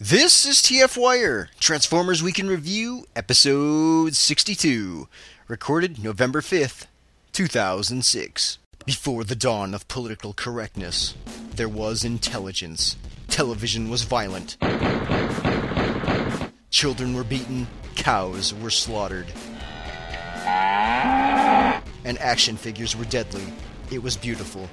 This is TF Wire, Transformers Week in Review, Episode 62, recorded November 5th, 2006. Before the dawn of political correctness, there was intelligence. Television was violent. Children were beaten, cows were slaughtered, and action figures were deadly. It was beautiful.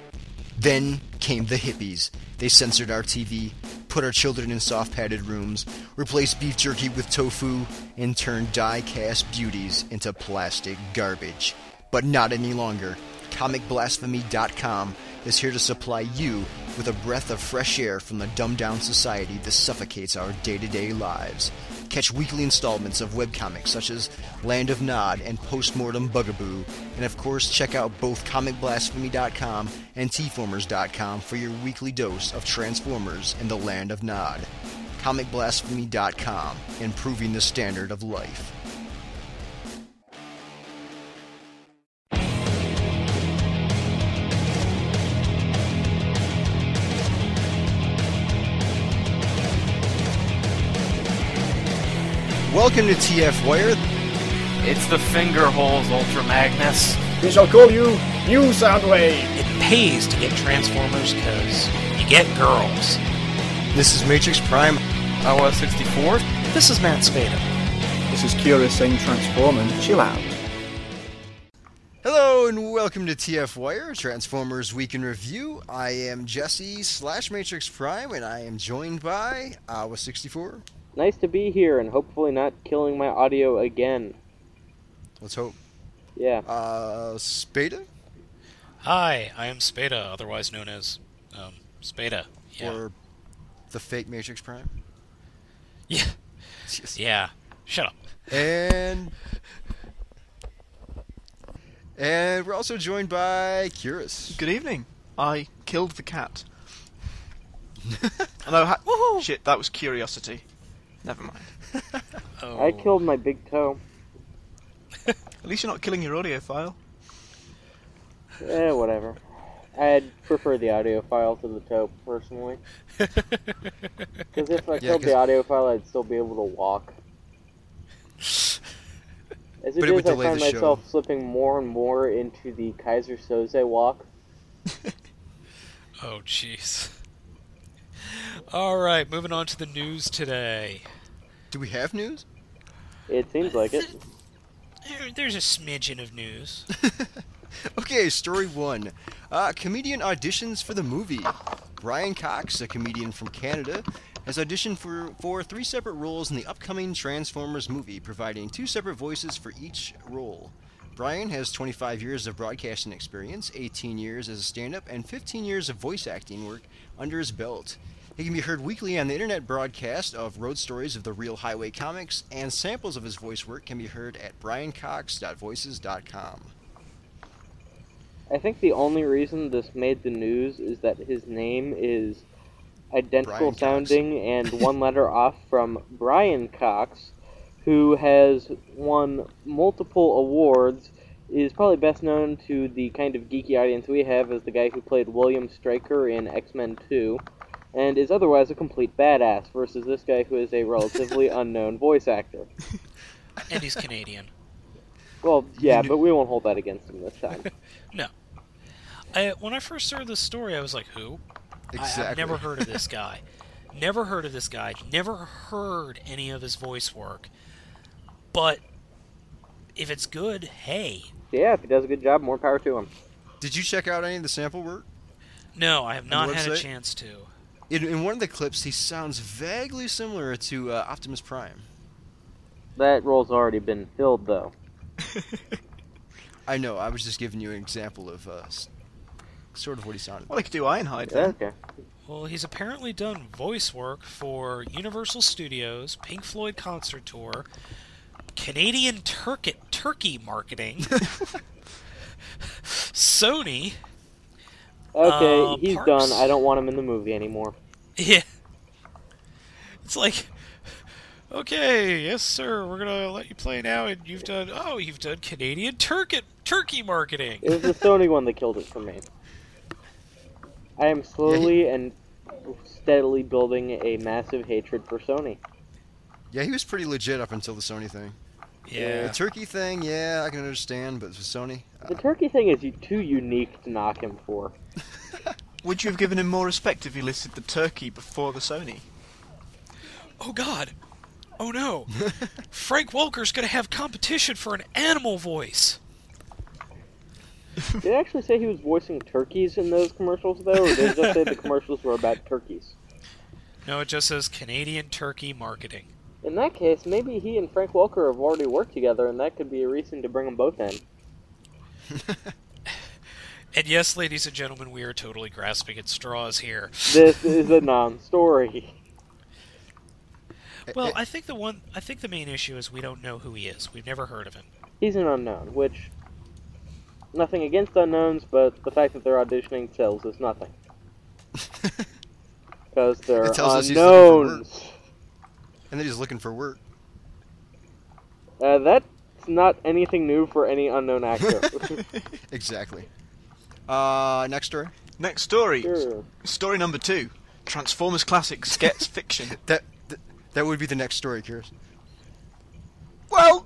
Then came the hippies. They censored our TV, put our children in soft padded rooms, replaced beef jerky with tofu, and turned die cast beauties into plastic garbage. But not any longer. ComicBlasphemy.com is here to supply you with a breath of fresh air from the dumbed down society that suffocates our day to day lives. Catch weekly installments of webcomics such as Land of Nod and Postmortem Bugaboo, and of course, check out both ComicBlasphemy.com and TFormers.com for your weekly dose of Transformers in the Land of Nod. ComicBlasphemy.com, improving the standard of life. Welcome to TF Wire. It's the finger holes, Ultra Magnus. We shall call you New Soundwave. it pays to get Transformers because you get girls. This is Matrix Prime. iOS 64. This is Matt Spada. This is Kira saying Transformers. Chill out. Hello and welcome to TF Wire, Transformers Week in Review. I am Jesse slash Matrix Prime, and I am joined by uh, Awa sixty four. Nice to be here and hopefully not killing my audio again. Let's hope. Yeah. Uh, Spada Hi, I am Spada, otherwise known as um, Spada. Yeah. or the fake Matrix Prime. yeah. Yeah. Shut up. And and we're also joined by Curus. Good evening. I killed the cat. Although, ha- shit, that was curiosity. Never mind. Oh. I killed my big toe. At least you're not killing your audio file. Eh, whatever. I'd prefer the audio file to the toe, personally. Because if I killed 'cause- the audio file, I'd still be able to walk. As it But is, it would I delay find the show. myself slipping more and more into the Kaiser Soze walk. Oh, jeez. All right, moving on to the news today. Do we have news? It seems like it. There- There's a smidgen of news. Okay, story one. Uh, comedian auditions for the movie. Brian Cox, a comedian from Canada, has auditioned for, for three separate roles in the upcoming Transformers movie, providing two separate voices for each role. Brian has 25 years of broadcasting experience, 18 years as a stand up, and 15 years of voice acting work under his belt. He can be heard weekly on the internet broadcast of Road Stories of the Real Highway Comics, and samples of his voice work can be heard at briancox.voices.com. I think the only reason this made the news is that his name is Brian identical Cox. sounding and one letter off from Brian Cox, who has won multiple awards, is probably best known to the kind of geeky audience we have as the guy who played William Stryker in X Men 2, and is otherwise a complete badass, versus this guy who is a relatively unknown voice actor. And he's Canadian. Well, yeah, but we won't hold that against him this time. I, when I first heard this story, I was like, who? I, I've never heard of this guy. never heard of this guy. Never heard any of his voice work. But if it's good, hey. Yeah, if he does a good job, more power to him. Did you check out any of the sample work? No, I have the not had a website? chance to. In, in one of the clips, he sounds vaguely similar to uh, Optimus Prime. That role's already been filled, though. I know. I was just giving you an example of uh, s- sort of what he sounded. Well, I could do Ironhide then. Okay. Well, he's apparently done voice work for Universal Studios, Pink Floyd concert tour, Canadian Turkey Turkey marketing, Sony. Okay, Uh, he's Parks? done. I don't want him in the movie anymore. Yeah. It's like, okay, yes, sir, we're gonna let you play now, and you've done. Oh, you've done Canadian Turkey Turkey marketing. It was the Sony one that killed it for me. I am slowly and steadily building a massive hatred for Sony. Yeah, he was pretty legit up until the Sony thing. The Yeah. turkey thing, yeah, I can understand, but for Sony, uh, The turkey thing is u- too unique to knock him for. Would you have given him more respect if he listed the turkey before the Sony? Oh God. Oh no. Frank Welker's gonna have competition for an animal voice. Did it actually say he was voicing turkeys in those commercials, though, or did it just say the commercials were about turkeys? No, it just says Canadian turkey marketing. In that case, maybe he and Frank Welker have already worked together, and that could be a reason to bring them both in. And yes, ladies and gentlemen, we are totally grasping at straws here. This is a non-story. Well, I think the one, I think the main issue is we don't know who he is. We've never heard of him. He's an unknown, which nothing against unknowns, but the fact that they're auditioning tells us nothing. Because they're It tells us he's looking for work. unknowns. and then he's looking for work. Uh, that's not anything new for any unknown actor. Exactly. Uh, next story. Next story. sure. Story number two. Transformers Classics gets fiction. That th- that would be the next story, Curious. Well,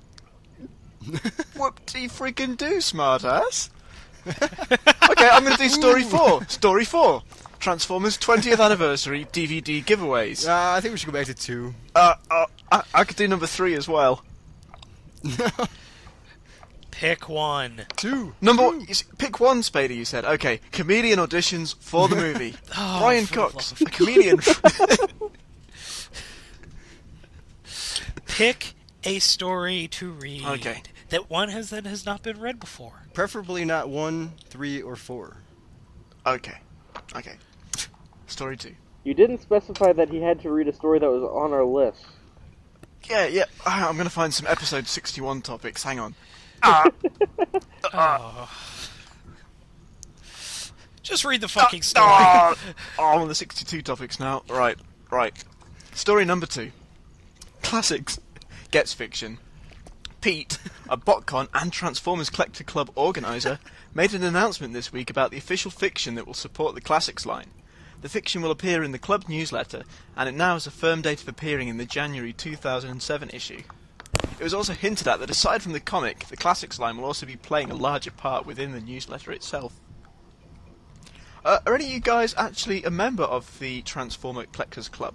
what do you freaking do, smartass? okay, I'm going to do story four. Story four. Transformers 20th anniversary DVD giveaways. Uh, I think we should go back to two. Uh, uh, I, I could do number three as well. Pick one. Two. Number Hmm. one, you s- pick one, Spader. You said okay. Comedian auditions for the movie. Oh, Brian for the Cox, love a comedian. Pick a story to read. Okay. That one has that has not been read before. Preferably not one, three, or four. okay, okay. Story two. You didn't specify that he had to read a story that was on our list. Yeah, yeah. Ah, I'm gonna find some episode 61 topics. Hang on. Just read the fucking story. Ah, oh, I'm on the 62 topics now. Right, right. Story number two. Classics gets fiction. Pete, a BotCon and Transformers Collector Club organizer, made an announcement this week about the official fiction that will support the Classics line. The fiction will appear in the club newsletter, and it now has a firm date of appearing in the January 2007 issue. It was also hinted at that aside from the comic, the Classics line will also be playing a larger part within the newsletter itself. Uh, are any of you guys actually a member of the Transformer Collectors Club?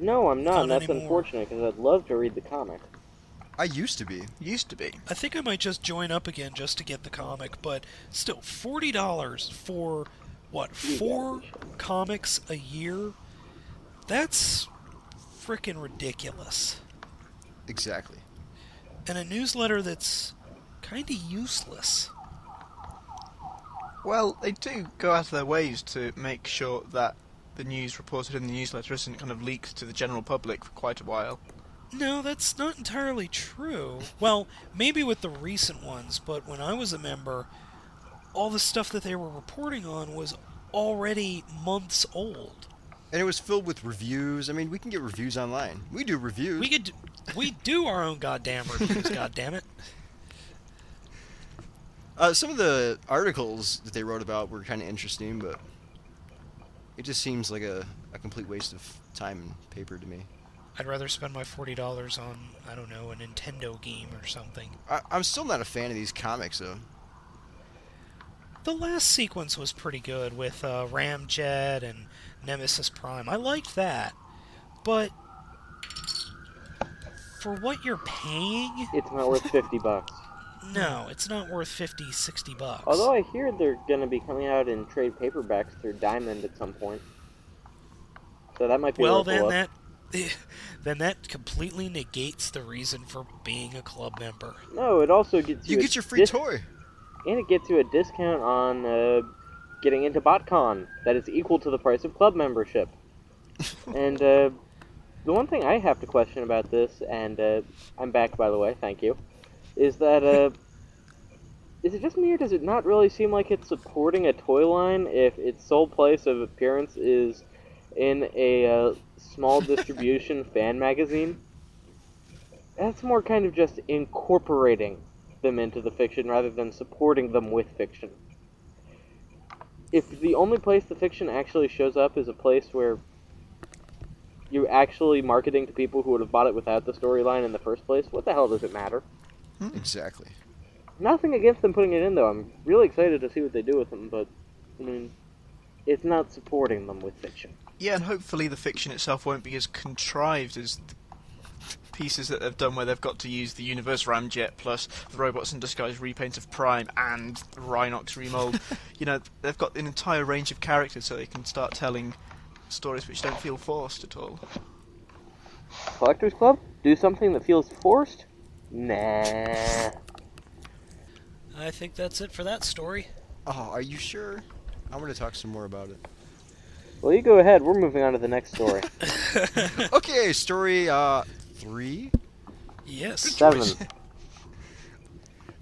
No, I'm not, Not and that's anymore. unfortunate because I'd love to read the comic. I used to be. Used to be. I think I might just join up again just to get the comic, but still, forty dollars for what four comics a year? That's freaking ridiculous. Exactly. And a newsletter that's kind of useless. Well, they do go out of their ways to make sure that the news reported in the newsletter isn't kind of leaked to the general public for quite a while. No, that's not entirely true. Well, maybe with the recent ones, but when I was a member, all the stuff that they were reporting on was already months old. And it was filled with reviews. I mean, we can get reviews online. We do reviews. We could, we do our own goddamn reviews. goddamn it! Uh, some of the articles that they wrote about were kind of interesting, but it just seems like a, a complete waste of time and paper to me. I'd rather spend my forty dollars on I don't know a Nintendo game or something. I, I'm still not a fan of these comics, though. The last sequence was pretty good with uh, Ramjet and Nemesis Prime. I liked that, but for what you're paying, It's not worth 50 bucks. No, it's not worth 50, 60 bucks. Although I hear they're going to be coming out in trade paperbacks through Diamond at some point. So that might be well, worth a then look. that then that completely negates the reason for being a club member. No, it also gets you, You a get your free dis- toy. and it gets you a discount on uh, getting into BotCon that is equal to the price of club membership. and uh, the one thing I have to question about this, and uh, I'm back by the way, thank you, is that uh, is it just me or does it not really seem like it's supporting a toy line if its sole place of appearance is in a uh, small distribution fan magazine? That's more kind of just incorporating them into the fiction rather than supporting them with fiction. if the only place the fiction actually shows up is a place where you're actually marketing to people who would have bought it without the storyline in the first place, what the hell does it matter? Exactly. Nothing against them putting it in, though. I'm really excited to see what they do with them, but, I mean, it's not supporting them with fiction. Yeah, and hopefully the fiction itself won't be as contrived as the pieces that they've done where they've got to use the Universe Ramjet plus the Robots in Disguise repaint of Prime and Rhinox remold. you know, they've got an entire range of characters so they can start telling stories which don't feel forced at all. Collectors Club? Do something that feels forced? Nah. I think that's it for that story. Oh, are you sure? I want to talk some more about it. Well, you go ahead. We're moving on to the next story. Okay, story uh three. Yes. Seven.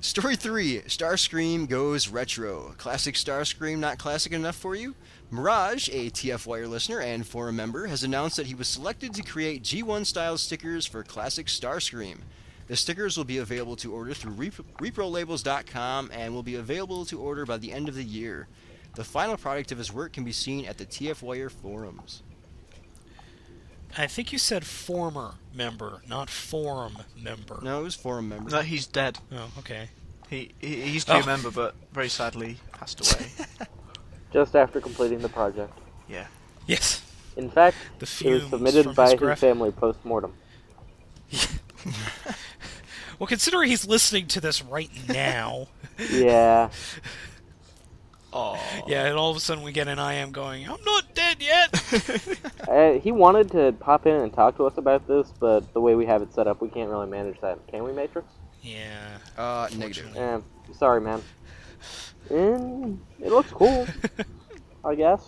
Story three: Starscream goes retro. Classic Starscream not classic enough for you? Mirage, a TF Wire listener and forum member, has announced that he was selected to create G1 style stickers for classic Starscream. The stickers will be available to order through rep- reprolabels.com and will be available to order by the end of the year. The final product of his work can be seen at the TF Wire forums. I think you said former member, not forum member. No, it was forum member. No, he's dead. Oh, okay. He, he, he used to be Oh. a member, but very sadly passed away. just after completing the project. yeah. Yes. In fact, The it was fumes submitted from by his his, graph- family post mortem. Well, considering he's listening to this right now, Yeah. yeah, and all of a sudden we get an I am going, I'm not dead yet. Uh, he wanted to pop in and talk to us about this, but the way we have it set up, we can't really manage that. Can we, Matrix? yeah. Uh, negative. Eh, sorry, man. Mm, it looks cool, I guess.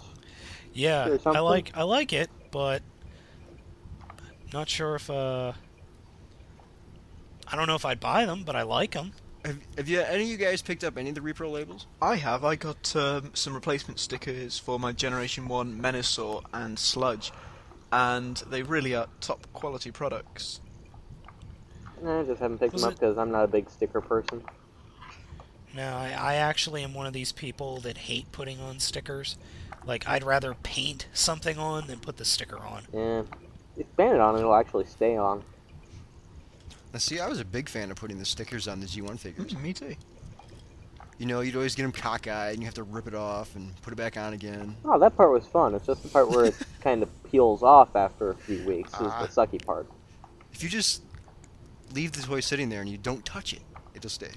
Yeah, Or something. I like I like it, but not sure if uh I don't know if I'd buy them, but I like them. Have, have you any of you guys picked up any of the repro labels? I have. I got um, some replacement stickers for my Generation 1 Menasor and Sludge, and they really are top quality products. I just haven't picked Was them up it- because I'm not a big sticker person. No, I, I actually am one of these people that hate putting on stickers. Like I'd rather paint something on than put the sticker on. Yeah. If banded on, it'll actually stay on. Now, see, I was a big fan of putting the stickers on the G1 figures. Mm, me too. You know, you'd always get them cockeyed, and you have to rip it off and put it back on again. Oh, that part was fun. It's just the part where it kind of peels off after a few weeks is Uh, Ah. the sucky part. If you just leave the toy sitting there and you don't touch it, it'll stay.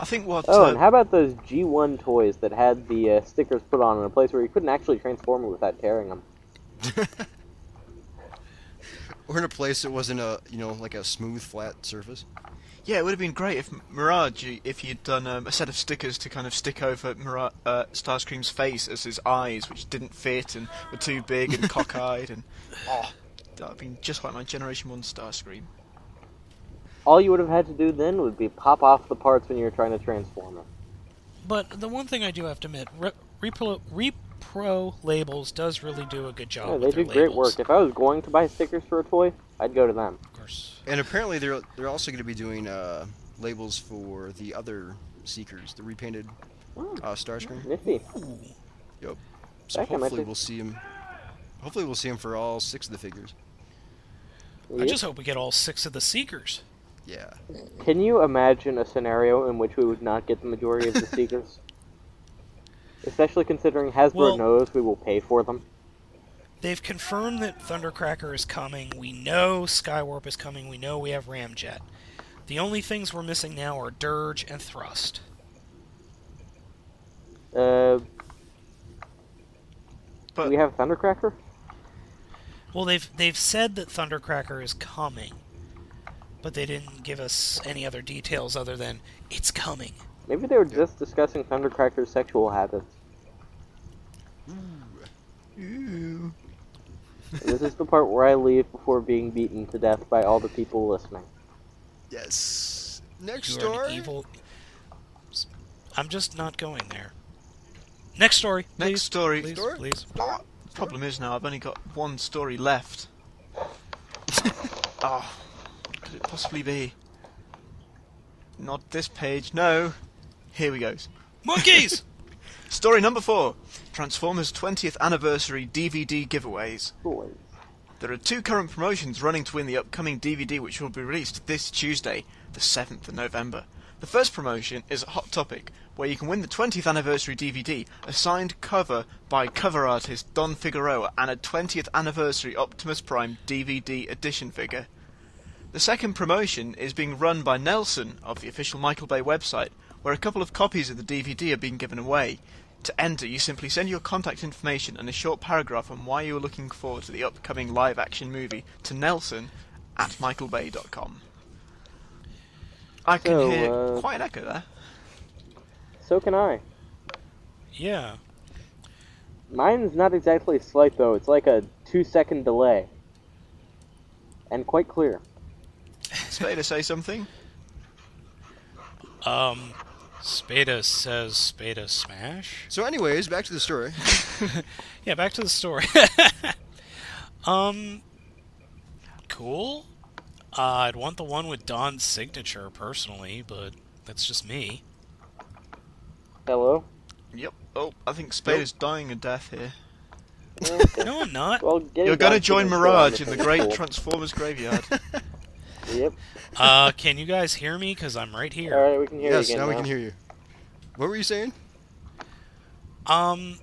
I think what. Oh, uh, and how about those G1 toys that had the uh, stickers put on in a place where you couldn't actually transform it without tearing them? or in a place that wasn't a, you know, like a smooth, flat surface. Yeah, it would have been great if Mirage, you- if you'd done um, a set of stickers to kind of stick over Mira- uh, Starscream's face as his eyes, which didn't fit and were too big and cockeyed, and oh, that would have been just like my Generation One Starscream. All you would have had to do then would be pop off the parts when you were trying to transform them. But the one thing I do have to admit, Re- repro, repro labels does really do a good job. Yeah, they with their do great Oh, labels, work. If I was going to buy stickers for a toy, I'd go to them. Of course. And apparently, they're they're also going to be doing uh, labels for the other Seekers, the repainted Hmm. uh, Starscream. Nifty. Ooh. So Okay, might hopefully be- we'll see him. Hopefully we'll see him for all six of the figures. I Yeah. just hope we get all six of the seekers. Yeah. Can you imagine a scenario in which we would not get the majority of the stickers? Especially considering Hasbro Well- knows we will pay for them. They've confirmed that Thundercracker is coming. We know Skywarp is coming. We know we have Ramjet. The only things we're missing now are Dirge and Thrust. Uh, But do we have Thundercracker? Well, they've they've said that Thundercracker is coming, but they didn't give us any other details other than it's coming. Maybe they were just discussing Thundercracker's sexual habits. Ooh. this is the part where I leave before being beaten to death by all the people listening. Yes. Next You are an story. evil. I'm just not going there. Next story. Next please, story. Please, Story? please. Problem is now I've only got one story left. oh, could it possibly be? Not this page. No. Here we go. Monkeys. Story number four Transformers 20th Anniversary DVD Giveaways. Boy. There are two current promotions running to win the upcoming DVD, which will be released this Tuesday, the 7th of November. The first promotion is Hot Topic, where you can win the 20th anniversary DVD, a signed cover by cover artist Don Figueroa, and a 20th anniversary Optimus Prime DVD edition figure. The second promotion is being run by Nelson of the official Michael Bay website, where a couple of copies of the DVD are being given away. To enter, you simply send your contact information and a short paragraph on why you are looking forward to the upcoming live action movie to Nelson at michaelbay.com. I can So, hear uh, quite an echo there. So can I. Yeah. Mine's not exactly slight though. It's like a two-second delay, and quite clear. Spader say something? Um, Spada says Spada smash. So, anyways, back to the story. Yeah, back to the story. um, cool. Uh, I'd want the one with Don's signature personally, but that's just me. Hello. Yep. Oh, I think Spader's dying a death here. No, I'm not. Well, getting You're going to back join the Mirage in story, the that's great cool. Transformers graveyard. Yep. Uh, can you guys hear me? Because I'm right here. All right, we can hear yes, you again. now we can hear you. What were you saying? Um,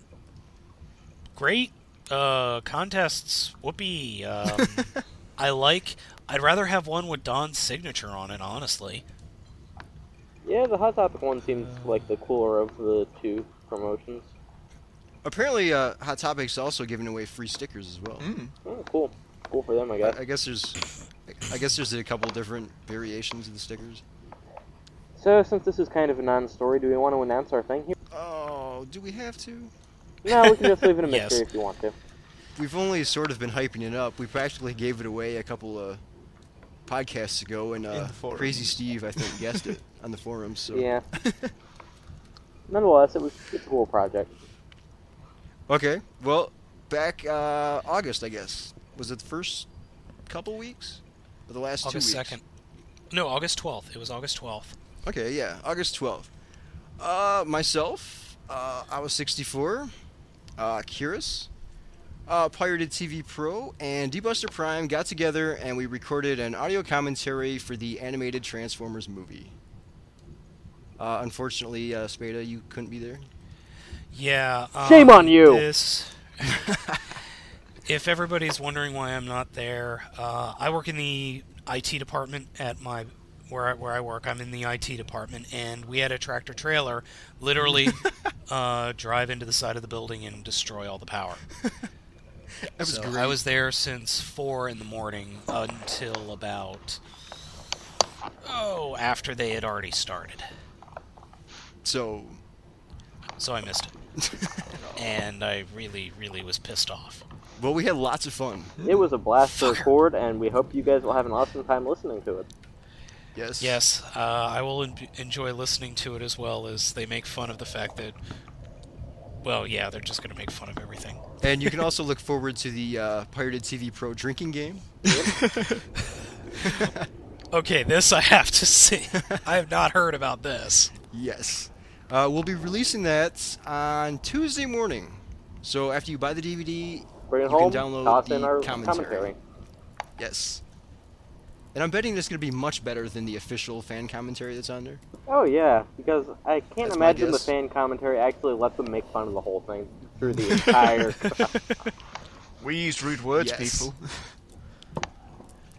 great uh, contests. Whoopee. Um, I like. I'd rather have one with Don's signature on it, honestly. Yeah, the hot topic one seems like the cooler of the two promotions. Apparently, uh, Hot Topic's also giving away free stickers as well. Mm. Oh, cool. Cool for them, I guess. I, I guess there's, I guess there's a couple different variations of the stickers. So, since this is kind of a non-story, do we want to announce our thing here? Oh, do we have to? No, we can just leave it a Yes. mystery if you want to. We've only sort of been hyping it up. We practically gave it away a couple of podcasts ago, and In uh, the forums. Crazy Steve, I think, guessed it on the forums. So. Yeah. Nonetheless, it was it's a cool project. Okay. Well, back uh, August, I guess. Was it the first couple weeks? Or the last August two weeks? second. No, August twelfth. It was August twelfth. Okay, yeah, August 12th. Uh, myself, uh, I was 64, uh, Curious, uh, Pirated TV Pro, and Debuster Prime got together and we recorded an audio commentary for the animated Transformers movie. Uh, unfortunately, uh, Spada, you couldn't be there. Yeah. Um, Shame on you. This. if everybody's wondering why I'm not there, uh, I work in the IT department at my where I, where I work. I'm in the IT department, and we had a tractor trailer literally uh, drive into the side of the building and destroy all the power. That was So great. I was there since four in the morning until about oh after they had already started. So, So I missed it, and I really really was pissed off. well, we had lots of fun. It was a blast to record, and we hope you guys will have an awesome time listening to it. Yes. Yes, uh, I will en- enjoy listening to it as well as they make fun of the fact that. Well, yeah, they're just going to make fun of everything. And you can also look forward to the uh, Pirated TV Pro drinking game. Okay, this I have to see. I have not heard about this. Yes. Uh, we'll be releasing that on Tuesday morning. So after you buy the DVD, Bring it You home, can download toss the in our commentary. commentary. yes. And I'm betting this is going to be much better than the official fan commentary that's on there. Oh yeah, because I can't That's my imagine the guess. fan commentary actually let them make fun of the whole thing through the entire. We used rude words, Yes. people.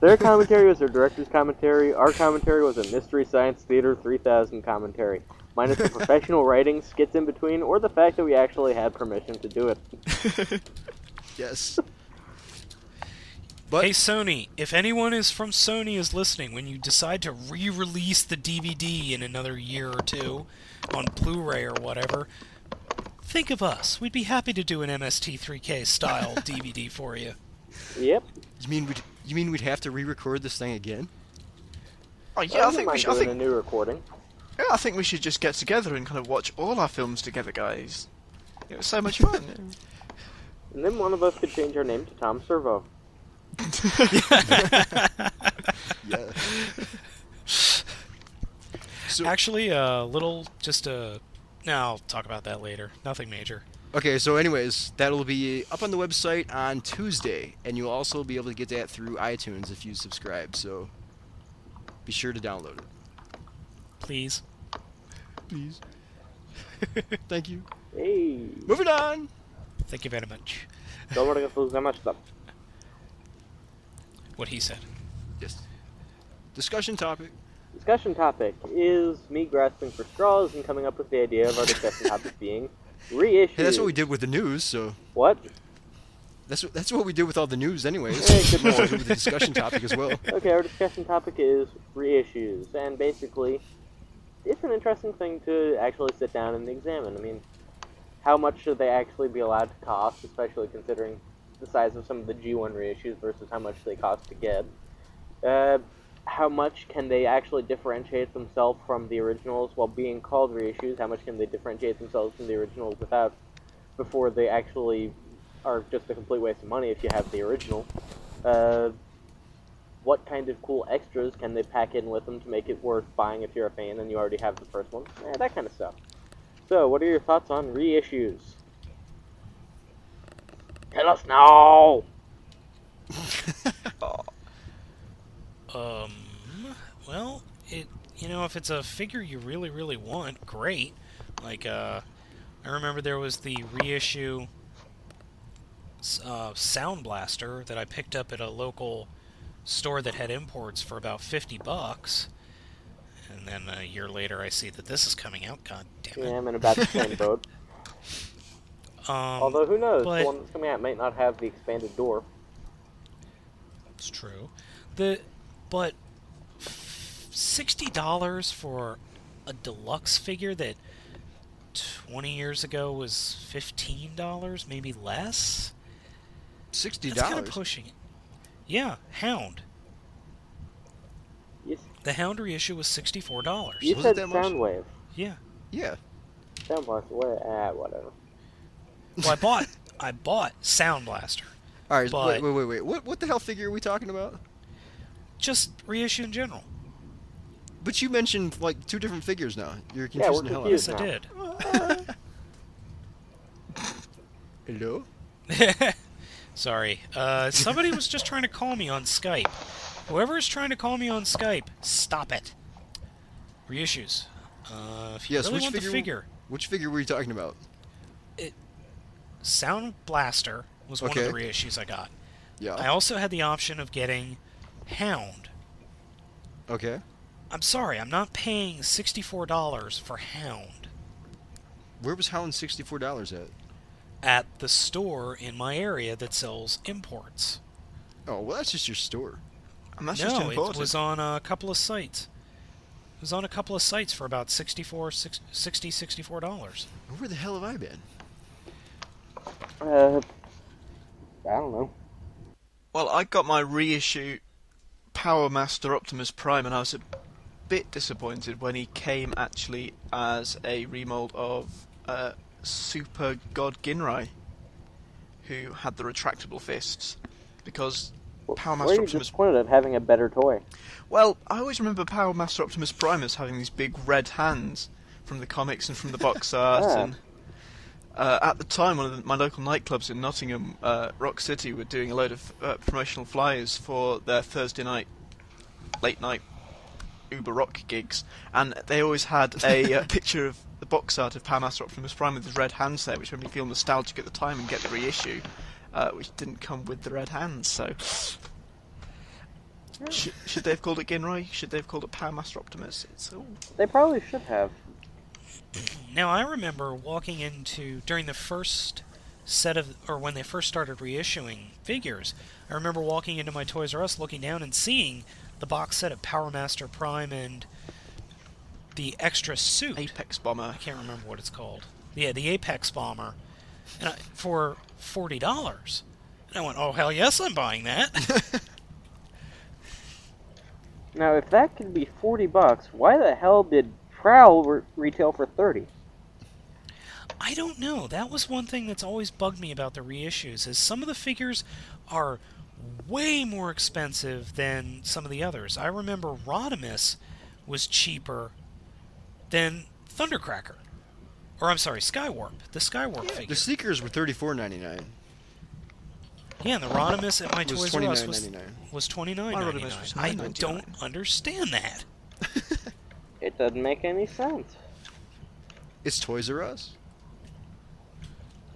Their commentary was their director's commentary. Our commentary was a Mystery Science Theater 3000 commentary, minus the professional writing, skits in between, or the fact that we actually had permission to do it. Yes. But Hey, Sony, if anyone is from Sony is listening, when you decide to re release the DVD in another year or two on Blu ray or whatever, think of us. We'd be happy to do an MST3K style DVD for you. Yep. you mean we'd you mean we'd have to re-record this thing again? Oh, yeah, I think, we mind should, I, doing think, a new recording. yeah, I think we should just get together and kind of watch all our films together, guys. It was so much fun. And then one of us could change our name to Tom Servo. Yeah. so Actually, a little, just a No, I'll talk about that later. Nothing major. Okay, so anyways, that'll be up on the website on Tuesday, and you'll also be able to get that through iTunes if you subscribe. So be sure to download it. Please. Please. Thank you. Hey, Moving on. Thank you very much. don't want to lose that much stuff. What he said. Yes. Discussion topic. Discussion topic is me grasping for straws and coming up with the idea of our discussion topic being reissues. Hey, that's what we did with the news. So What? that's what, that's what we did with all the news, anyways. Hey, good We'll lord. do with the discussion topic as well. Okay, our discussion topic is reissues, and basically, it's an interesting thing to actually sit down and examine. I mean, how much should they actually be allowed to cost, especially considering the size of some of the G1 reissues versus how much they cost to get? Uh, how much can they actually differentiate themselves from the originals while being called reissues? How much can they differentiate themselves from the originals without, before they actually are just a complete waste of money if you have the original? Uh, what kind of cool extras can they pack in with them to make it worth buying if you're a fan and you already have the first one? Eh, that kind of stuff. So, what are your thoughts on reissues? Tell us now! Um, well, it you know if it's a figure you really really want, great. Like uh, I remember there was the reissue s- uh, Sound Blaster that I picked up at a local store that had imports for about fifty bucks, and then a year later I see that this is coming out. God damn Yeah, it! I'm in about the same boat. Um, Although, who knows? but- The one that's coming out might not have the expanded door. It's true. The but sixty dollars for a deluxe figure that twenty years ago was fifteen dollars, maybe less. Sixty That's kind of dollars. pushing it. Yeah, Hound. You, s- The Hound reissue was sixty four dollars. you Was it said that much? Soundwave. Yeah. Yeah. Sound Blaster, what? Ah, whatever. Well, I bought I bought Sound Blaster. All right. Wait, But- wait, wait, wait. What what the hell figure are we talking about? Just reissue in general. But you mentioned like two different figures now. You're Yeah, we're confusing the hell out confused. of Yes, I No. did. me. Hello. Sorry. Uh, somebody was just trying to call me on Skype. Whoever is trying to call me on Skype, stop it. Reissues. Uh, if you Yes. really which want figure? the figure, Which figure were you talking about? Sound Blaster was one Okay. Oh. of the reissues I got. Yeah. I also had the option of getting Hound. okay. I'm sorry, I'm not paying $64 for Hound Where was Howland sixty four dollars at? at the store in my area that sells imports. Oh well, that's just your store. And that's just no, it important. was on a couple of sites. It was on a couple of sites for about 64 six- 60 64 dollars. Where the hell have I been? Uh, I don't know. Well, I got my reissue Power Master Optimus Prime, and I was a bit disappointed when he came actually as a remold of uh, Super God Ginrai, who had the retractable fists, because Power Were Master you Optimus. disappointed of having a better toy? Well, I always remember Power Master Optimus Prime as having these big red hands from the comics and from the box art. Ah. And uh, at the time, one of the, my local nightclubs in Nottingham, uh, Rock City, were doing a load of uh, promotional flyers for their Thursday night, late night Uber Rock gigs, and they always had a uh, picture of the box art of Power Master Optimus Prime with his red hands there, which made me feel nostalgic at the time and get the reissue. Uh, which didn't come with the red hands, so should, should they have called it Ginroy? Should they have called it Power Master Optimus? It's all They probably should have. Now I remember walking into during the first set of or when they first started reissuing figures. I remember walking into my Toys R Us looking down and seeing the box set of Power Master Prime and the extra suit. Apex Bomber. I can't remember what it's called. Yeah, the Apex Bomber, and I, for forty dollars. And I went, oh hell yes, I'm buying that. Now, if that could be 40 bucks, why the hell did Prowl re- retail for 30? I don't know. That was one thing that's always bugged me about the reissues is some of the figures are way more expensive than some of the others. I remember Rodimus was cheaper than Thundercracker. Or I'm sorry, Skywarp. The Skywarp figure. The sneakers were thirty four ninety nine. Yeah, and the Rodimus at my was Toys R Us was $29.99. was twenty nine My ninety Rodimus was nine. I $9.99. don't understand that. It doesn't make any sense. It's Toys R Us.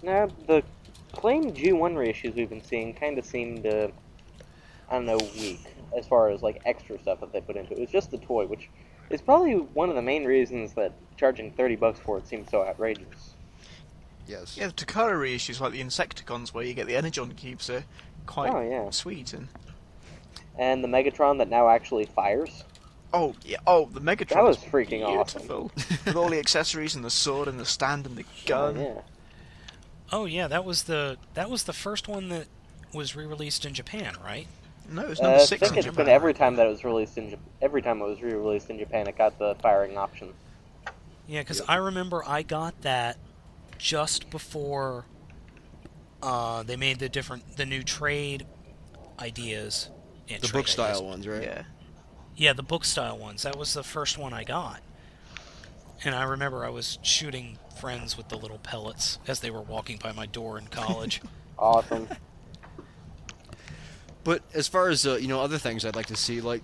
Now the claim G1 reissues we've been seeing kind of seemed, uh, I don't know, weak as far as like extra stuff that they put into it. It was just the toy, which is probably one of the main reasons that charging thirty bucks for it seems so outrageous. Yes. Yeah, the Takara reissues like the Insecticons where you get the Energon cubes are quite Oh, yeah. sweet and And the Megatron that now actually fires. oh yeah oh the Megatron That was is freaking awesome. beautiful with all the accessories and the sword and the stand and the gun. Yeah. Oh yeah, that was the that was the first one that was re released in Japan, right? No, it's Uh, number I six. think in it's Japan. been every time that it was released in Jap- every time it was re-released in Japan, it got the firing option. Yeah, because I remember I got that just before uh, they made the different the new trade ideas. yeah, The trade book style ideas. ones, right? Yeah. Yeah, the book style ones. That was the first one I got. And I remember I was shooting friends with the little pellets as they were walking by my door in college. Awesome. But as far as uh, you know, other things I'd like to see, like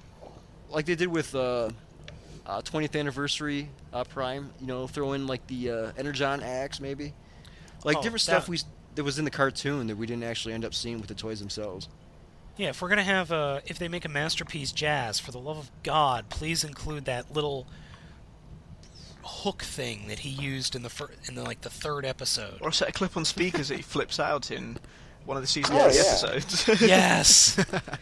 like they did with uh, uh, 20th anniversary uh, Prime, you know, throw in like the uh, Energon axe, maybe, like Oh, different that- stuff we s- that was in the cartoon that we didn't actually end up seeing with the toys themselves. yeah, if we're gonna have uh if they make a masterpiece jazz, for the love of God, please include that little hook thing that he used in the fir- in the, like the third episode. Or a set of clip on speakers that he flips out in one of the season Oh, three yeah. episodes. yes. and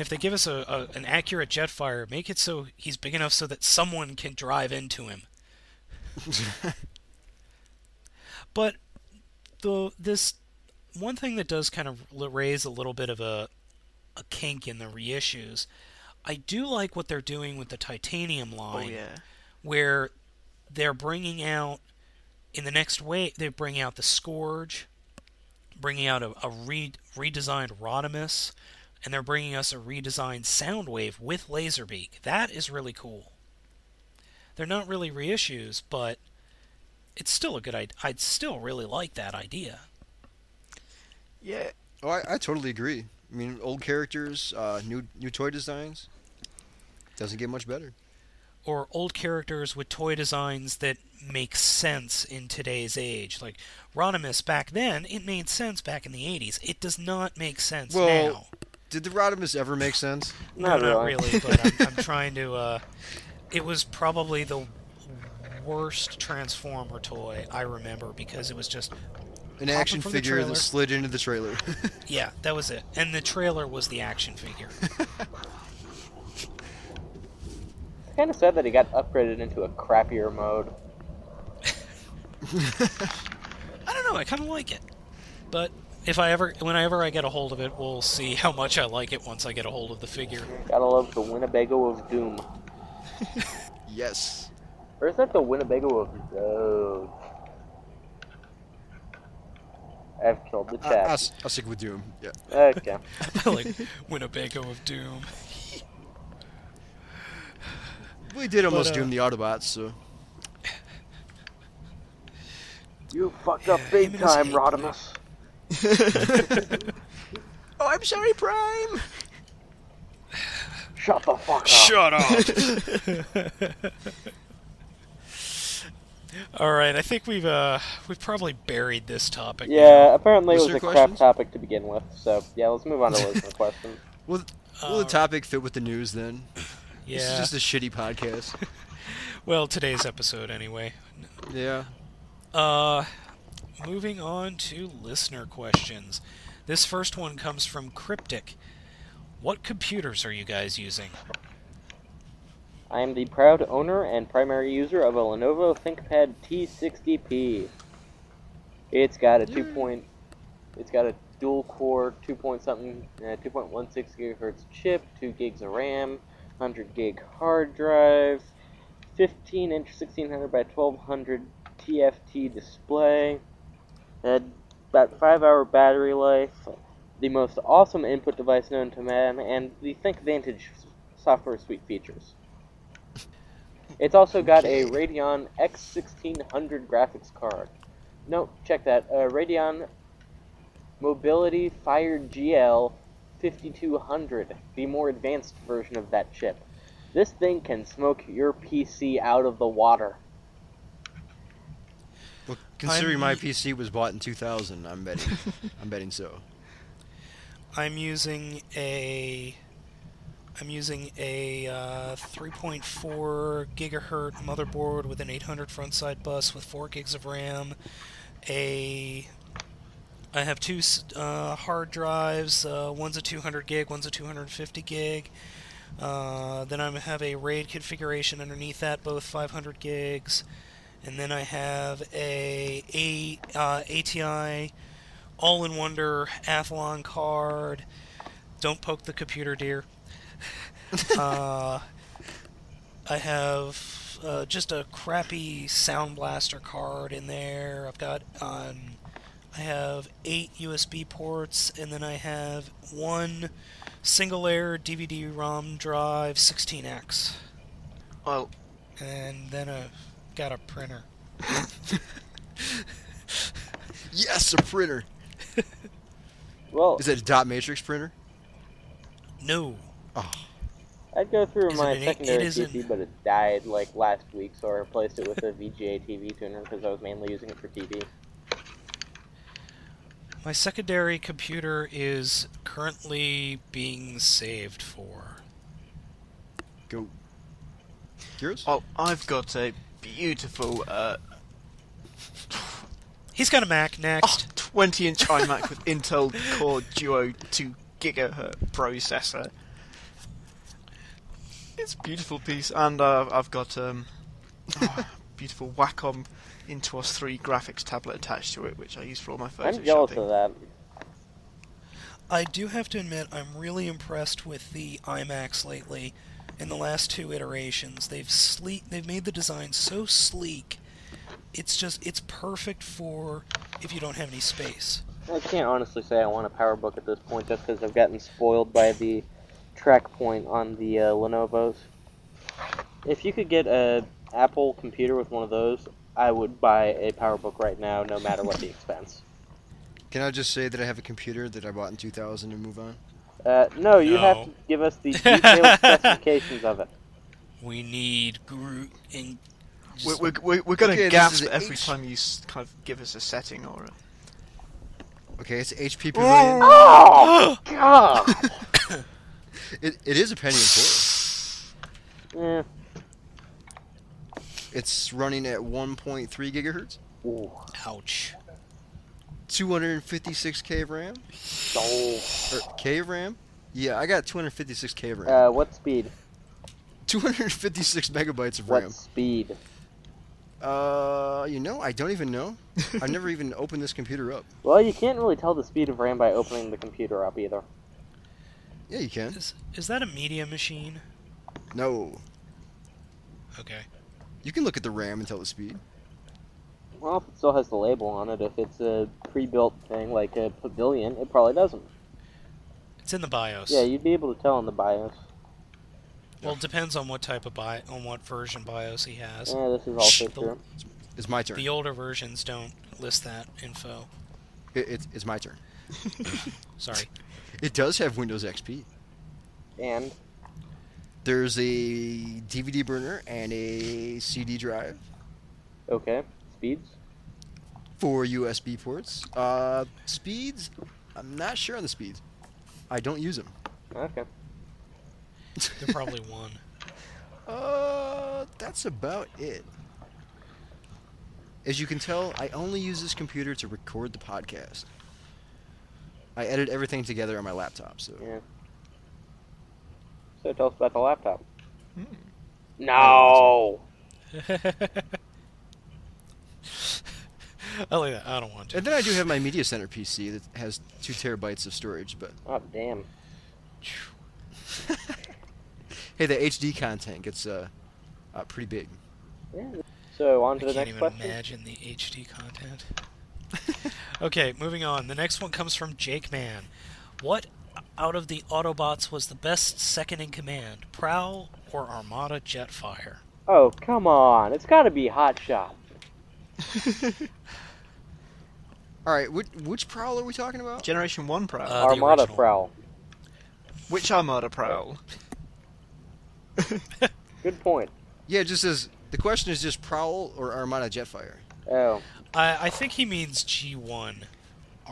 if they give us a, a an accurate jet fire, make it so he's big enough so that someone can drive into him. but the this one thing that does kind of l- raise a little bit of a a kink in the reissues. I do like what they're doing with the titanium oh line yeah. where they're bringing out in the next wave they bring out the scourge bringing out a, a re- redesigned rodimus and they're bringing us a redesigned soundwave with laserbeak that is really cool they're not really reissues but it's still a good idea i'd still really like that idea Yeah. Oh, I, I totally agree. I mean, old characters, uh, new new toy designs, doesn't get much better. or old characters with toy designs that make sense in today's age. Like Rodimus back then, it made sense back in the 80s. It does not make sense Well, now. Did the Rodimus ever make sense? Not no, not really. really, but I'm, I'm trying to. Uh, it was probably the worst Transformer toy I remember because it was just. An action from the figure trailer. that slid into the trailer. Yeah, that was it. And the trailer was the action figure. It's kind of sad that he got upgraded into a crappier mode. I don't know. I kind of like it, but if I ever, whenever I get a hold of it, we'll see how much I like it once I get a hold of the figure. Gotta love the Winnebago of Doom. yes. Or is that the Winnebago of Doge? I've killed the I, I, chat. s- I'll stick with Doom. Yeah. Okay. I like Winnebago of Doom. We did almost uh, Doom the Autobots, so. You fucked up Yeah, him and big his time, hate Rodimus. Oh, I'm sorry, Prime. Shut the fuck up. up. All right, I think we've uh, we've probably buried this topic. Yeah, apparently it Was was there a crap questions? topic to begin with, so yeah, let's move on to listener questions. Will, will the Uh, topic fit with the news then? yeah. This is just a shitty podcast. Well, today's episode anyway. yeah. Uh, moving on to listener questions. This first one comes from Cryptic. What computers are you guys using? I am the proud owner and primary user of a Lenovo ThinkPad T60p. It's got a two point, it's got a dual core two point something, uh, two point one six gigahertz chip, two gigs of RAM, hundred gig hard drive, fifteen inch sixteen hundred by twelve hundred TFT display, uh, about five hour battery life, the most awesome input device known to man, and the ThinkVantage s- software suite features. It's also got a Radeon X1600 graphics card. No, check that. Uh, Radeon Mobility Fire GL 5200, the more advanced version of that chip. This thing can smoke your PC out of the water. Well, considering my PC was bought in 2000, I'm betting. I'm betting so. I'm using a I'm using a uh, 3.4 gigahertz motherboard with an 800 frontside bus with 4 gigs of RAM. A I have two s- uh, hard drives. Uh, one's a 200 gig, one's a 250 gig. Uh, then I have a RAID configuration underneath that, both 500 gigs. And then I have a, a uh, ATI All in Wonder Athlon card. Don't poke the computer, dear. uh, I have uh, just a crappy Sound Blaster card in there. I've got um, I have eight USB ports, and then I have one single layer DVD ROM drive 16x, Well, and then I've got a printer. Yes, a printer. Well, Is it a dot matrix printer? No, I'd go through Is it my an eight- secondary it is an- PC, but it died like last week, so I replaced it with a VGA TV tuner because I was mainly using it for TV. my secondary computer is currently being saved for. Go. Yours? well, I've got a beautiful uh, He's got a Mac next. 20 inch iMac with Intel Core Duo 2 gigahertz processor. It's a beautiful piece, and uh, I've got um, oh, beautiful Wacom Intuos 3 graphics tablet attached to it, which I use for all my photos. I'm jealous of that. Oh, I do have to admit, I'm really impressed with the IMAX lately. In the last two iterations, they've sleek. They've made the design so sleek. It's just it's perfect for if you don't have any space. I can't honestly say I want a PowerBook at this point just because I've gotten spoiled by the track point on the uh, Lenovo's. If you could get a Apple computer with one of those, I would buy a PowerBook right now, no matter what the expense. Can I just say that I have a computer that I bought in 2000 and move on? Uh, no, you have No. to give us the detailed specifications of it. We need Groot and. We're, we're, we're, we're going Okay, to this gasp is every H- time you s- kind of give us a setting or a. Okay, it's HP Pavilion. Oh God! It, it is a Pentium 4. Eh, It's running at 1.3 gigahertz, ooh, Ouch. 256k of RAM. so, Or K of RAM? Yeah, I got 256k of RAM. uh, what speed? 256 megabytes of RAM. What speed? Uh, you know, I don't even know. I've never even opened this computer up. Well, you can't really tell the speed of RAM by opening the computer up either. Yeah, you can. Is, is that a media machine? No, Okay. you can look at the RAM and tell the speed. Well, if it still has the label on it, if it's a pre-built thing like a pavilion, it probably doesn't. It's in the BIOS. Yeah, you'd be able to tell in the BIOS. well, it depends on what type of bi- on what version BIOS he has. Yeah, this is also true. It's my turn. The older versions don't list that info. It, it's, it's my turn. Sorry. It does have Windows XP. And There's a DVD burner and a CD drive, okay, speeds. four USB ports. Uh, speeds? I'm not sure on the speeds. I don't use them. Okay. They're probably one. Uh, that's about it. As you can tell, I only use this computer to record the podcast. I edit everything together on my laptop, so Yeah. So tell us about the laptop. Hmm. No! No. I like that. Oh, I don't want to. And then I do have my Media Center PC that has two terabytes of storage, but Oh damn. hey, the HD content gets uh, uh pretty big. Yeah. So on I to the can't next even question. imagine the HD content. okay, moving on. The next one comes from Jake Man. What out of the Autobots was the best second in command, Prowl or Armada Jetfire? Oh, come on. It's got to be Hot Shot. All right, which, which prowl are we talking about? Generation 1 Prowl. Uh, the Armada original. Prowl. Which Armada Prowl? Good point. yeah, it just says the question is just prowl or Armada Jetfire. Oh. I, I think he means G1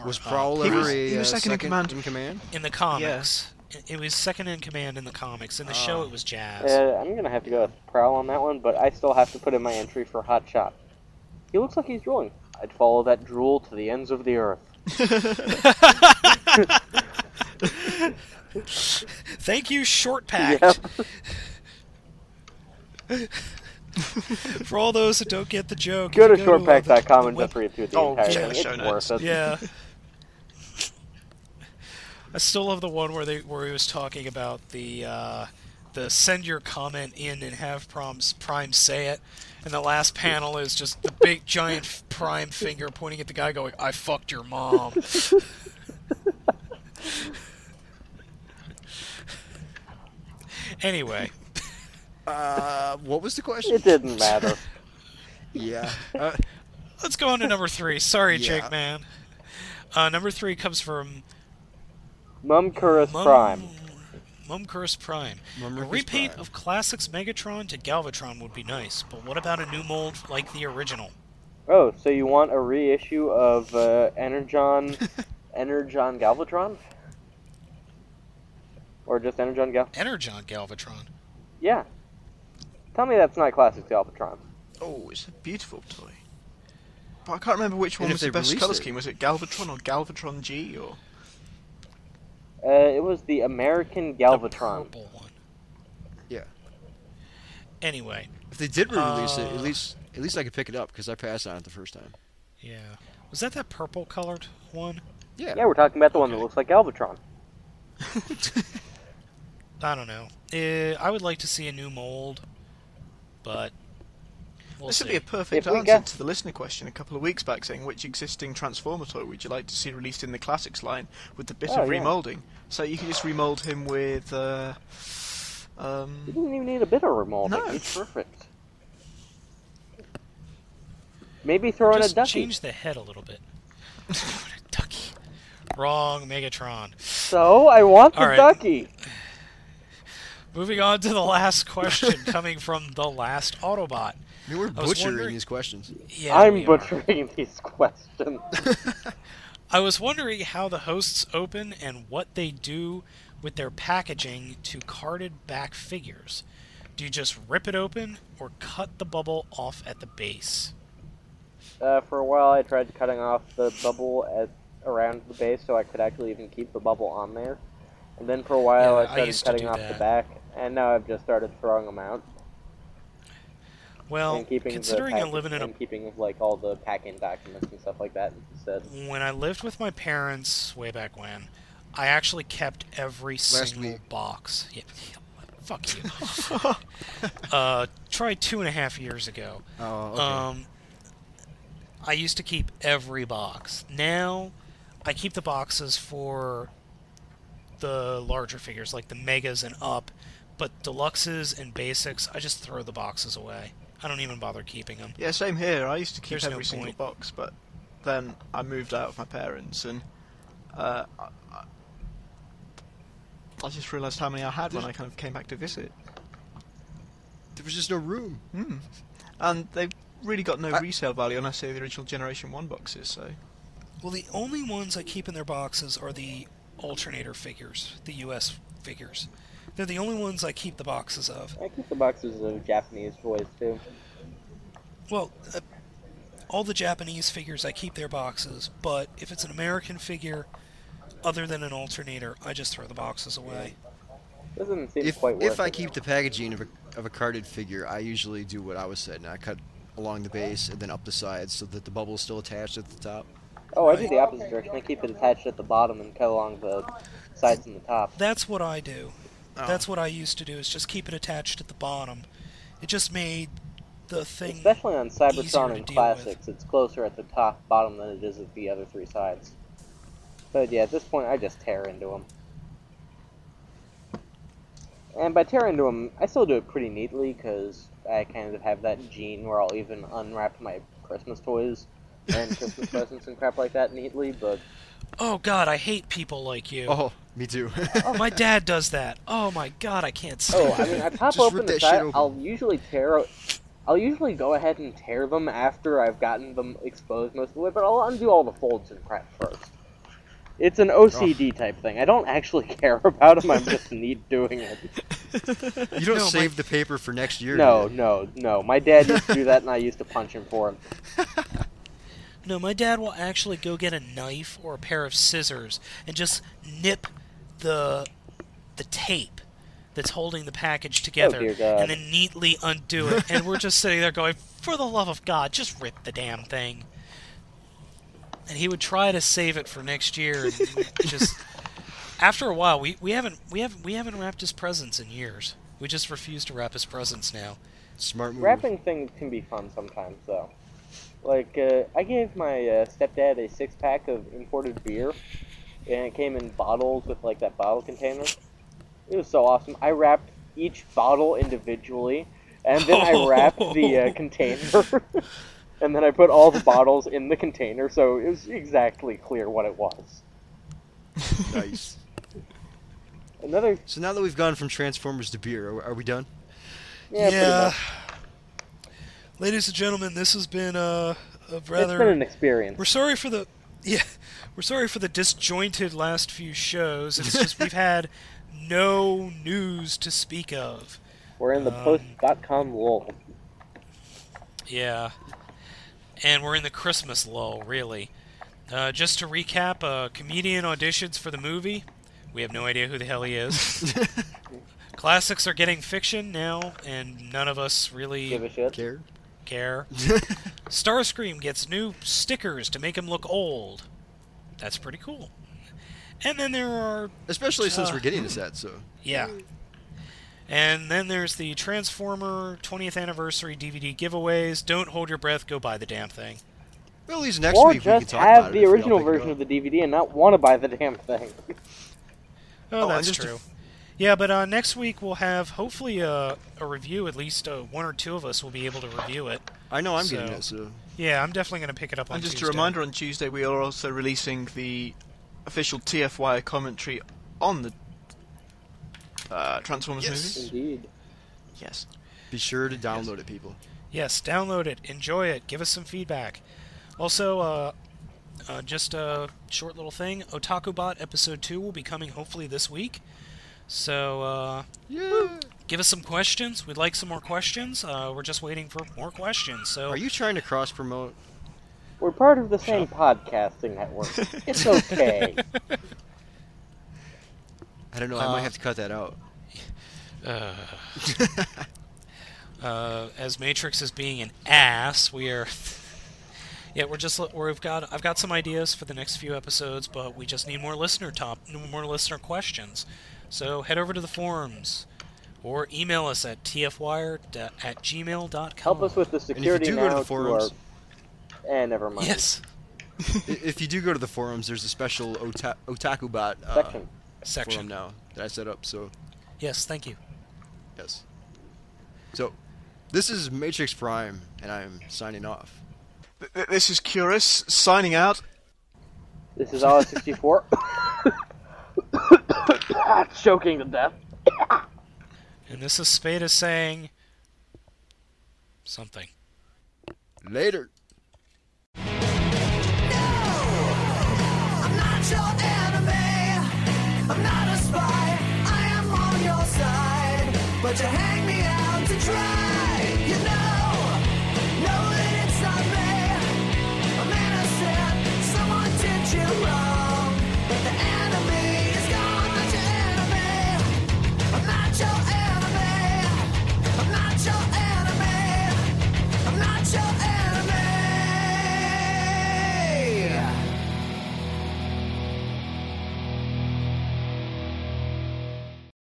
Was Uh, prowl he ever was- a he was uh, second in command. in command? in the comics. It- It was second in command in the comics. In the Oh. show, it was Jazz. Uh, I'm gonna have to go with Prowl on that one, but I still have to put in my entry for Hot Shot. He looks like he's drooling. I'd follow that drool to the ends of the earth. Thank you, Short Pack. For all those that don't get the joke, Go to if you uh, shortpack.com and the feel web- free to do the Oh, entire check thing. the It's show worth notes. it. Yeah. I still love the one where they where he was talking about the uh, the send your comment in and have proms prime say it, and the last panel is just the big giant f- prime finger pointing at the guy going, "I fucked your mom." anyway, Uh, what was the question? It didn't matter. Yeah. Uh, let's go on to number three. Sorry, Yeah. Jake, man. Uh, number three comes from Mumkurus Mum- Prime. Mumkurus Prime. a Mumkurus repaint Prime. of classics Megatron to Galvatron would be nice, but what about a new mold like the original? Oh, so you want a reissue of uh, Energon, Energon Galvatron, or just Energon Gal? Energon Galvatron. Yeah. Tell me that's not classic Galvatron. Oh, it's a beautiful toy. But I can't remember which one And if was they the best released colour it- scheme. Was it Galvatron or Galvatron G? Or Uh, it was the American Galvatron. Purple one. Yeah. Anyway, if they did release it, Uh, at least at least I could pick it up because I passed on it the first time. yeah. Was that that purple colored one? Yeah. Yeah, we're talking about the one that Okay. looks like Galvatron. I don't know. Eh, I would like to see a new mold, but we'll this see. would be a perfect If we answer get- to the listener question a couple of weeks back, saying which existing Transformer toy would you like to see released in the classics line with the bit Oh, of yeah. remoulding? So you could just remould him with. Uh, You um, didn't even need a bit of remolding. No. It's perfect. Maybe throw in a Just ducky. change the head a little bit. Throw in a ducky. Wrong, Megatron. So I want the All right. ducky. Moving on to the last question, coming from the last Autobot. I mean, we're I was butchering wondering- these questions. Yeah, we I'm are. butchering these questions. I was wondering how the hosts open and what they do with their packaging to carded back figures. Do you just rip it open or cut the bubble off at the base? Uh, for a while, I tried cutting off the bubble at around the base so I could actually even keep the bubble on there. And then for a Yeah, I while, I started used to cutting do off the that. back, and now I've just started throwing them out Well, and keeping considering the I package, live in and an keeping like all the pack-in documents and stuff like that instead. when I lived with my parents way back when, I actually kept every single week. box. Yeah, fuck you. uh, tried two and a half years ago. Oh, okay. Um, I used to keep every box. Now, I keep the boxes for the larger figures, like the megas and up, but deluxes and basics, I just throw the boxes away. I don't even bother keeping them. yeah, same here. I used to keep There's no every single point. box, but then I moved out of my parents and. Uh, I, I- I just realised how many I had when I kind of came back to visit. there was just no room. and they've really got no I- resale value unless they're the original Generation One boxes. So Well, the only ones I keep in their boxes are the alternator figures, the US figures. They're the only ones I keep the boxes of. I keep the boxes of Japanese toys too. Well, uh, all the Japanese figures I keep their boxes, but if it's an American figure other than an alternator, I just throw the boxes away. Doesn't seem If quite worth if I it. keep the packaging of a of a carded figure, I usually do what I was said, and I cut along the base and then up the sides so that the bubble is still attached at the top. Oh, I do the opposite direction. I keep it attached at the bottom and cut along the sides and the top. That's what I do. Oh. That's what I used to do is just keep it attached at the bottom. It just made the thing Especially on easier Cybertron to and deal with. Classics, it's closer at the top bottom than it is at the other three sides. But yeah, at this point, I just tear into them. And by tear into them, I still do it pretty neatly because I kind of have that gene where I'll even unwrap my Christmas toys and Christmas presents and crap like that neatly, but Oh God, I hate people like you. Oh, me too. My dad does that. Oh my God, I can't stand. Oh, I mean, I pop Just open rip the that shit side. open. I'll usually tear. I'll usually go ahead and tear them after I've gotten them exposed most of the way, but I'll undo all the folds and crap first. It's Oh. an OCD type thing. I don't actually care about them. I just need doing it. you don't No, my- save the paper for next year. No, do you? no, no. My dad used to do that, and I used to punch him for it. No, my dad will actually go get a knife or a pair of scissors and just nip the the tape that's holding the package together Oh, dear God. and then neatly undo it. and we're just sitting there going, "For the love of God, just rip the damn thing." And he would try to save it for next year and we just after a while we, we haven't we haven't we haven't wrapped his presents in years. We just refuse to wrap his presents now. Smart move. Wrapping things can be fun sometimes, though. Like, uh, I gave my uh, stepdad a six pack of imported beer, and it came in bottles with, like, that bottle container. It was so awesome. I wrapped each bottle individually, and then I wrapped the uh, container, and then I put all the bottles in the container, so it was exactly clear what it was. Nice. Another, So now that we've gone from Transformers to beer, are, are we done? yeah, pretty much. Ladies and gentlemen, this has been uh, a it's rather been an experience. We're sorry for the yeah, we're sorry for the disjointed last few shows. It's just we've had no news to speak of. We're in the post.com lull. Yeah, and we're in the Christmas lull, really. Uh, just to recap, uh, comedian auditions for the movie. We have no idea who the hell he is. Classics are getting fiction now, and none of us really Give a shit. Care? care. Starscream gets new stickers to make him look old. That's pretty cool. And then there are Especially since Uh, we're getting to that, so. yeah. And then there's the Transformer 20th anniversary DVD giveaways. Don't hold your breath. Go buy the damn thing. Well, at least next Or week we can just talk have about it the if we all original pick it version up. of the DVD and not want to buy the damn thing. Oh, Oh, that's and just- true. Yeah, but uh, next week we'll have hopefully uh, a review. At least uh, one or two of us will be able to review it. I know I'm so- getting it, so. Yeah, I'm definitely going to pick it up on And just Tuesday. a reminder, on Tuesday we are also releasing the official TFY commentary on the uh, Transformers Yes. movie. Indeed. Yes. Be sure to download it, people. Yes, download it, enjoy it, give us some feedback. Also, uh, uh, just a short little thing OtakuBot Episode 2 will be coming hopefully this week. So, uh, give us some questions. We'd like some more questions. Uh, we're just waiting for more questions. So, Are you trying to cross promote? We're part of the same podcasting network. It's okay. I don't know. I might have to cut that out. uh, as Matrix is being an ass, we are. Yeah, we're just we're- we've got I've got some ideas for the next few episodes, but we just need more listener top more listener questions. So head over to the forums or email us at tfwire at gmail.com. Help us with the And if security you do now. go to the our- forums, Eh, never mind. Yes, i- if you do go to the forums, there's a special Ota- OtakuBot uh, Section. forum section. now that I set up. So Yes, thank you. yes. So this is Matrix Prime, and I'm signing off. Th- th- this is Curus signing out. This is all 64. Choking to death. And this is Spada saying something. Later. I'm not your enemy. I'm not a spy. I am on your side. But you hang me out to dry.